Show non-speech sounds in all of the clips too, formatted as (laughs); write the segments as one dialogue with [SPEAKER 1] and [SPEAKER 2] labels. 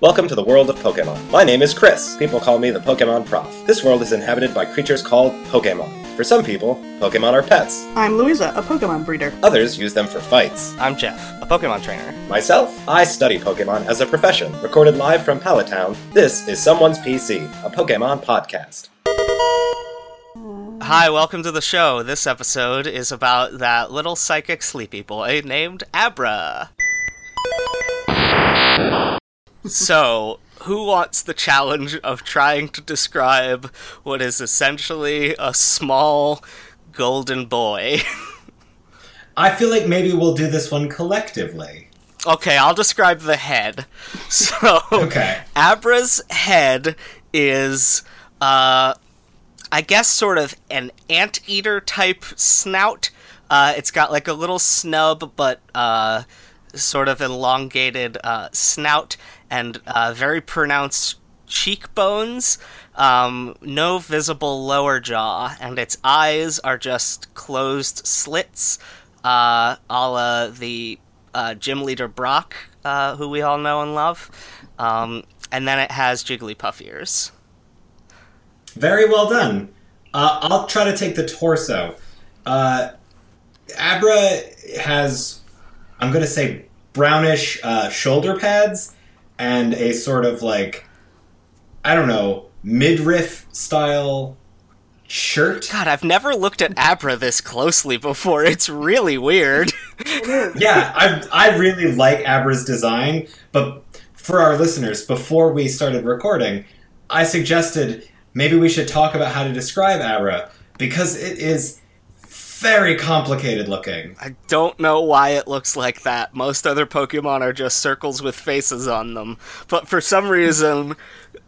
[SPEAKER 1] Welcome to the world of Pokemon. My name is Chris. People call me the Pokemon Prof. This world is inhabited by creatures called Pokemon. For some people, Pokemon are pets.
[SPEAKER 2] I'm Louisa, a Pokemon breeder.
[SPEAKER 1] Others use them for fights.
[SPEAKER 3] I'm Jeff, a Pokemon trainer.
[SPEAKER 1] Myself, I study Pokemon as a profession. Recorded live from Palatown, this is Someone's PC, a Pokemon podcast.
[SPEAKER 3] Hi, welcome to the show. This episode is about that little psychic sleepy boy named Abra. so, who wants the challenge of trying to describe what is essentially a small golden boy? (laughs)
[SPEAKER 1] I feel like maybe we'll do this one collectively.
[SPEAKER 3] okay, I'll describe the head. So,
[SPEAKER 1] Okay.
[SPEAKER 3] Abra's head is, uh, I guess, sort of an anteater type snout. Uh, it's got like a little snub, but uh, sort of elongated uh, snout and uh, very pronounced cheekbones. Um, no visible lower jaw, and its eyes are just closed slits, uh, a la the uh, gym leader Brock, uh, who we all know and love. Um, and then it has Jigglypuff ears.
[SPEAKER 4] Very well done. Uh, I'll try to take the torso. Uh, Abra has, I'm going to say, brownish uh, shoulder pads and a sort of like, I don't know, midriff style shirt.
[SPEAKER 3] God, I've never looked at Abra this closely before. It's really weird.
[SPEAKER 4] yeah, I I really like Abra's design, but for our listeners, before we started recording, I suggested maybe we should talk about how to describe Abra because it is very complicated looking.
[SPEAKER 3] I don't know why it looks like that. Most other Pokemon are just circles with faces on them, but for some reason,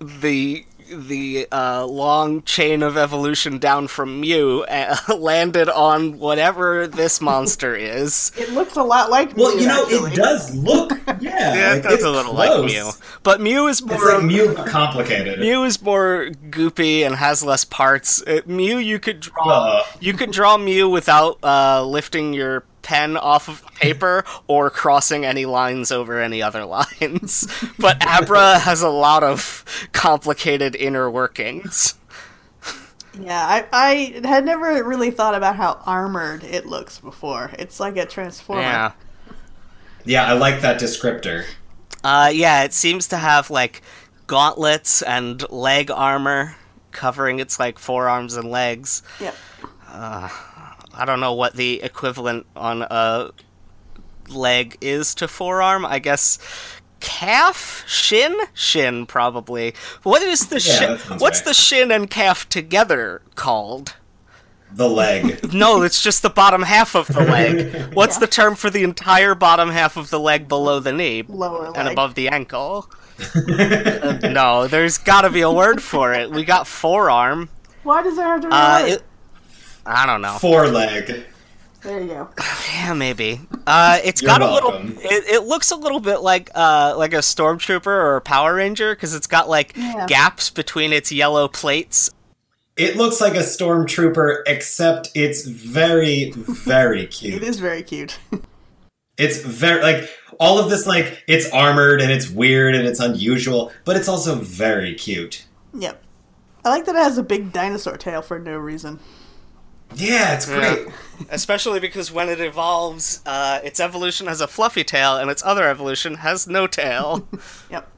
[SPEAKER 3] the the uh, long chain of evolution down from Mew uh, (laughs) landed on whatever this monster is.
[SPEAKER 2] It looks a lot like
[SPEAKER 4] Well,
[SPEAKER 2] Mew,
[SPEAKER 4] you know,
[SPEAKER 2] actually.
[SPEAKER 4] it does look
[SPEAKER 2] (laughs)
[SPEAKER 4] yeah,
[SPEAKER 3] Yeah,
[SPEAKER 4] like,
[SPEAKER 3] it does
[SPEAKER 4] it's
[SPEAKER 3] a little
[SPEAKER 4] close.
[SPEAKER 3] like Mew, but Mew is
[SPEAKER 4] It's
[SPEAKER 3] more
[SPEAKER 4] like Mew but complicated.
[SPEAKER 3] Mew is more goopy and has less parts. Uh, Mew, you could draw.
[SPEAKER 4] Uh.
[SPEAKER 3] You could draw Mew without uh, lifting your pen off of paper or crossing any lines over any other lines. (laughs) But Abra has a lot of complicated inner workings.
[SPEAKER 2] Yeah, I, I had never really thought about how armored it looks before. It's like a transformer.
[SPEAKER 3] Yeah.
[SPEAKER 4] Yeah, I like that descriptor.
[SPEAKER 3] Uh, yeah. It seems to have like gauntlets and leg armor covering its like forearms and legs.
[SPEAKER 2] Yep.
[SPEAKER 3] I don't know what the equivalent on a leg is to forearm. I guess calf, shin, shin probably. What is the
[SPEAKER 4] Yeah,
[SPEAKER 3] shin?
[SPEAKER 4] that sounds
[SPEAKER 3] What's
[SPEAKER 4] right.
[SPEAKER 3] the shin and calf together called? (laughs)
[SPEAKER 4] The leg.
[SPEAKER 3] No, it's just the bottom half of the leg.
[SPEAKER 4] (laughs)
[SPEAKER 3] What's the term for the entire bottom half of the leg below the knee
[SPEAKER 2] Lower leg.
[SPEAKER 3] and above the
[SPEAKER 4] (laughs)
[SPEAKER 3] ankle? Uh, no, there's got to be a word for it. We got forearm.
[SPEAKER 2] Why does it have to be
[SPEAKER 3] Uh,
[SPEAKER 2] armored?
[SPEAKER 3] it, I don't know.
[SPEAKER 4] Foreleg.
[SPEAKER 2] There you go.
[SPEAKER 3] Yeah, maybe. Uh, it's
[SPEAKER 4] You're
[SPEAKER 3] got a
[SPEAKER 4] welcome.
[SPEAKER 3] little. It, it looks a little bit like uh, like a stormtrooper or a Power Ranger because it's got like
[SPEAKER 2] Yeah.
[SPEAKER 3] gaps between its yellow plates.
[SPEAKER 4] It looks like a stormtrooper, except it's very,
[SPEAKER 2] (laughs)
[SPEAKER 4] very cute.
[SPEAKER 2] It is very cute. (laughs)
[SPEAKER 4] It's very like all of this like it's armored and it's weird and it's unusual, but it's also very cute.
[SPEAKER 2] yep. I like that it has a big dinosaur tail for no reason.
[SPEAKER 4] Yeah, it's great.
[SPEAKER 3] Especially because when it evolves, uh, its evolution has a fluffy tail, and its other evolution has no tail.
[SPEAKER 2] Yep.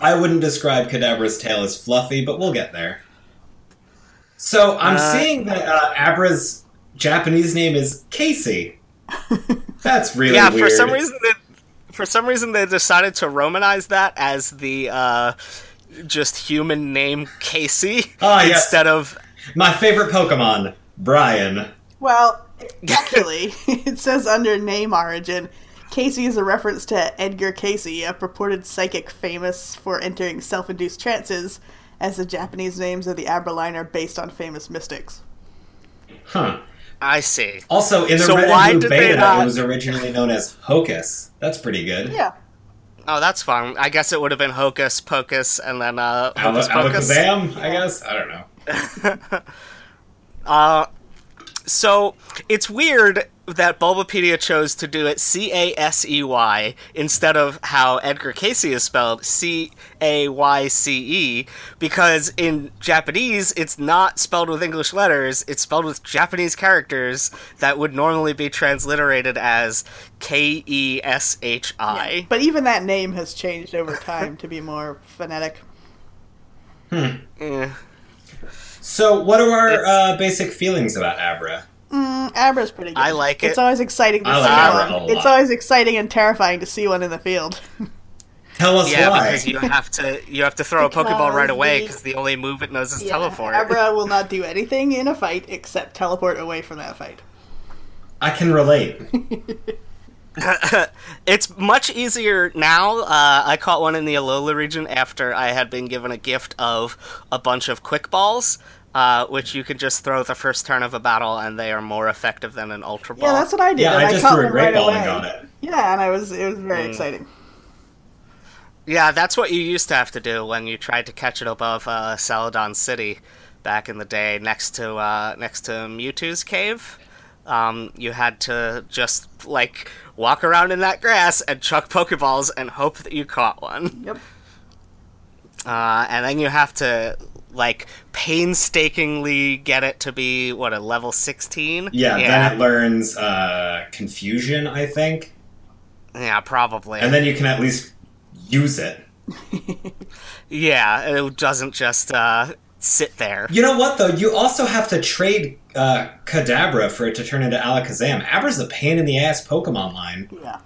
[SPEAKER 4] I wouldn't describe Kadabra's tail as fluffy, but we'll get there. So I'm
[SPEAKER 3] Uh,
[SPEAKER 4] seeing that uh, Abra's Japanese name is
[SPEAKER 3] (laughs)
[SPEAKER 4] Casey. That's really
[SPEAKER 3] yeah,
[SPEAKER 4] weird.
[SPEAKER 3] for some reason, it, for some reason they decided to Romanize that as the uh, just human name Casey
[SPEAKER 4] Ah, yes.
[SPEAKER 3] instead of
[SPEAKER 4] my favorite Pokemon, Brian.
[SPEAKER 2] Well, actually, (laughs) it says under name origin, Casey is a reference to Edgar Casey, a purported psychic famous for entering self induced trances, as the Japanese names of the Aberline are based on famous mystics.
[SPEAKER 4] Huh.
[SPEAKER 3] I see.
[SPEAKER 4] Also, in the
[SPEAKER 3] So
[SPEAKER 4] red
[SPEAKER 3] why
[SPEAKER 4] and
[SPEAKER 3] did
[SPEAKER 4] blue
[SPEAKER 3] they
[SPEAKER 4] beta,
[SPEAKER 3] not-
[SPEAKER 4] it was originally known as Hocus. That's pretty good.
[SPEAKER 2] Yeah.
[SPEAKER 3] Oh, that's fun. I guess it would have been Hocus Pocus and then uh,
[SPEAKER 4] Al-
[SPEAKER 3] Hocus Pocus.
[SPEAKER 4] Alakazam, I guess. I don't know.
[SPEAKER 3] So it's weird that Bulbapedia chose to do it C A S E Y instead of how Edgar Casey is spelled C A Y C E because in Japanese it's not spelled with English letters, it's spelled with Japanese characters that would normally be transliterated as K E S H I.
[SPEAKER 2] But even that name has changed
[SPEAKER 4] (laughs)
[SPEAKER 2] over time to be more phonetic.
[SPEAKER 4] So, what are our
[SPEAKER 3] It's-
[SPEAKER 4] uh, basic feelings about Abra?
[SPEAKER 2] Mm, Abra's pretty good.
[SPEAKER 3] I like
[SPEAKER 2] It's
[SPEAKER 3] it.
[SPEAKER 2] always exciting to
[SPEAKER 4] I
[SPEAKER 2] see
[SPEAKER 4] like Abra
[SPEAKER 2] one.
[SPEAKER 4] a
[SPEAKER 2] It's
[SPEAKER 4] lot.
[SPEAKER 2] always exciting and terrifying to see one in the field.
[SPEAKER 4] Tell us
[SPEAKER 3] Yeah,
[SPEAKER 4] why.
[SPEAKER 3] because you have to you have to throw a Pokeball
[SPEAKER 2] Because
[SPEAKER 3] right away
[SPEAKER 2] the-
[SPEAKER 3] because the only move it knows is
[SPEAKER 2] Yeah, (laughs)
[SPEAKER 3] teleport.
[SPEAKER 2] Abra will not do anything in a fight except teleport away from that fight.
[SPEAKER 4] I can relate.
[SPEAKER 3] It's much easier now. Uh, I caught one in the Alola region after I had been given a gift of a bunch of quick balls, uh, which you can just throw the first turn of a battle, and they are more effective than an ultra ball.
[SPEAKER 2] Yeah, that's what I did.
[SPEAKER 4] Yeah,
[SPEAKER 2] and
[SPEAKER 4] I just
[SPEAKER 2] caught
[SPEAKER 4] threw a
[SPEAKER 2] one
[SPEAKER 4] great
[SPEAKER 2] right
[SPEAKER 4] ball
[SPEAKER 2] away.
[SPEAKER 4] and got it. Mm.
[SPEAKER 2] Yeah, and I was it was very exciting.
[SPEAKER 3] Yeah, that's what you used to have to do when you tried to catch it above uh, Celadon City back in the day, next to uh, next to Mewtwo's cave. Um, you had to just like walk around in that grass and chuck Pokeballs and hope that you caught one.
[SPEAKER 2] Yep.
[SPEAKER 3] uh, and then you have to like painstakingly get it to be what a level 16
[SPEAKER 4] Yeah,
[SPEAKER 3] yeah,
[SPEAKER 4] then it learns uh, confusion, I think,
[SPEAKER 3] Yeah, probably
[SPEAKER 4] and then you can at least use it.
[SPEAKER 3] yeah it doesn't just uh, sit there
[SPEAKER 4] You know what though? You also have to trade uh, Kadabra for it to turn into Alakazam. Abra's a pain in the ass Pokemon line.
[SPEAKER 2] Yeah.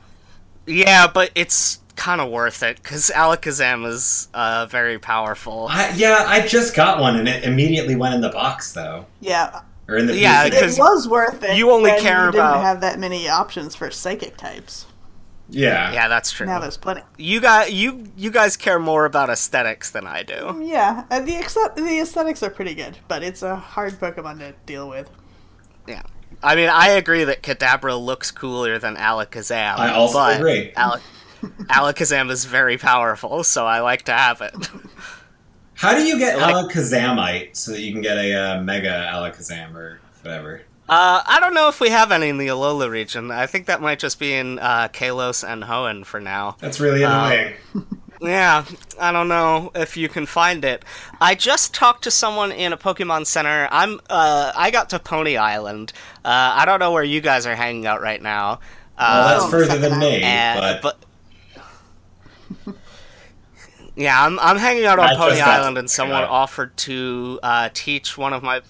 [SPEAKER 3] yeah but it's kind of worth it because alakazam is uh, very
[SPEAKER 4] (laughs)
[SPEAKER 3] powerful
[SPEAKER 4] I, yeah, I just got one and it immediately went in the box though,
[SPEAKER 2] Yeah.
[SPEAKER 4] or in the
[SPEAKER 3] Yeah,
[SPEAKER 4] PC.
[SPEAKER 2] It
[SPEAKER 3] Because
[SPEAKER 2] was worth it.
[SPEAKER 3] you only
[SPEAKER 2] when
[SPEAKER 3] care
[SPEAKER 2] you didn't
[SPEAKER 3] about-
[SPEAKER 2] have that many options for psychic types.
[SPEAKER 4] yeah.
[SPEAKER 3] yeah that's true
[SPEAKER 2] Now there's plenty.
[SPEAKER 3] you got you you guys care more about aesthetics than i do
[SPEAKER 2] Yeah, uh, the exce- the aesthetics are pretty good, but it's a hard Pokemon to deal with.
[SPEAKER 3] yeah i mean i agree that kadabra looks cooler than alakazam
[SPEAKER 4] I also
[SPEAKER 3] but
[SPEAKER 4] agree.
[SPEAKER 3] Ala- alakazam is very powerful so i like to have it
[SPEAKER 4] How do you get
[SPEAKER 3] Like-
[SPEAKER 4] Alakazamite so that you can get a uh, Mega Alakazam or whatever?
[SPEAKER 3] Uh, I don't know if we have any in the Alola region. I think that might just be in uh, Kalos and Hoenn for now.
[SPEAKER 4] That's really
[SPEAKER 3] Uh,
[SPEAKER 4] annoying.
[SPEAKER 3] Yeah, I don't know if you can find it. I just talked to someone in a Pokemon Center. I'm uh, I got to Pony Island. Uh, I don't know where you guys are hanging out right now. Uh,
[SPEAKER 4] well,
[SPEAKER 2] Oh,
[SPEAKER 4] that's further
[SPEAKER 2] check it
[SPEAKER 4] than
[SPEAKER 2] out.
[SPEAKER 4] me,
[SPEAKER 3] and-
[SPEAKER 4] but,
[SPEAKER 3] yeah, I'm I'm hanging out
[SPEAKER 4] I
[SPEAKER 3] on
[SPEAKER 4] just
[SPEAKER 3] Pony
[SPEAKER 4] got to
[SPEAKER 3] Island,
[SPEAKER 4] check
[SPEAKER 3] and
[SPEAKER 4] it
[SPEAKER 3] someone
[SPEAKER 4] out.
[SPEAKER 3] offered to uh, teach one of my.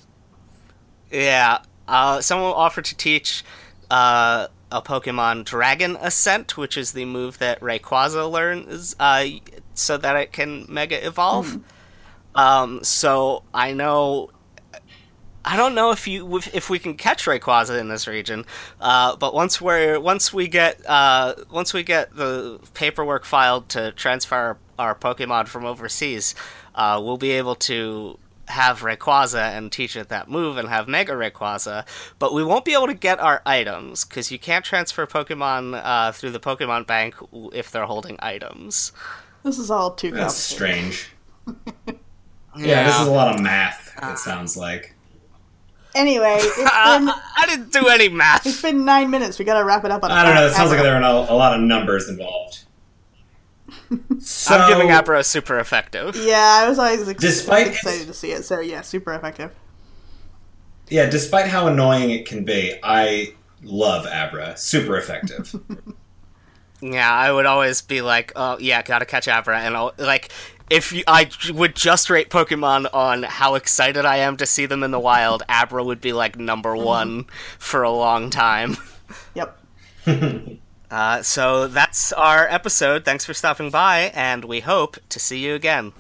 [SPEAKER 3] Yeah, uh, someone offered to teach uh, a Pokemon Dragon Ascent, which is the move that Rayquaza learns, uh, so that it can Mega Evolve. Um, so I know I don't know if you if- if we can catch Rayquaza in this region, uh, but once we're once we get uh, once we get the paperwork filed to transfer our, our Pokemon from overseas, uh, we'll be able to have Rayquaza and teach it that move and have Mega Rayquaza. But we won't be able to get our items because you can't transfer Pokemon uh, through the Pokemon Bank w- if they're holding items.
[SPEAKER 2] This is all too
[SPEAKER 4] that's
[SPEAKER 2] complicated.
[SPEAKER 4] strange. Yeah. this is a lot of math.
[SPEAKER 2] Ah.
[SPEAKER 4] It sounds like.
[SPEAKER 2] Anyway,
[SPEAKER 3] (laughs)
[SPEAKER 2] it's been,
[SPEAKER 3] I, Uh, I didn't do any
[SPEAKER 2] it's
[SPEAKER 3] math.
[SPEAKER 2] been nine minutes. We gotta wrap it up on.
[SPEAKER 4] I don't know. It sounds like
[SPEAKER 2] Abra.
[SPEAKER 4] there are a, a lot of
[SPEAKER 2] (laughs)
[SPEAKER 4] numbers involved. (laughs) So,
[SPEAKER 3] I'm giving Abra a super effective.
[SPEAKER 2] Yeah, I was always ex-
[SPEAKER 4] Despite
[SPEAKER 2] excited
[SPEAKER 4] its-
[SPEAKER 2] to see it. So yeah, super effective.
[SPEAKER 4] Yeah, despite how annoying it can be, I love Abra. Super effective.
[SPEAKER 3] Yeah, I would always be like, oh yeah, gotta catch Abra, and I'll, like if you, I j- would just rate Pokemon on how excited I am to see them in the wild, Abra would be like number one for a long time.
[SPEAKER 2] Yep.
[SPEAKER 3] Uh, so that's our episode. Thanks for stopping by, and we hope to see you again.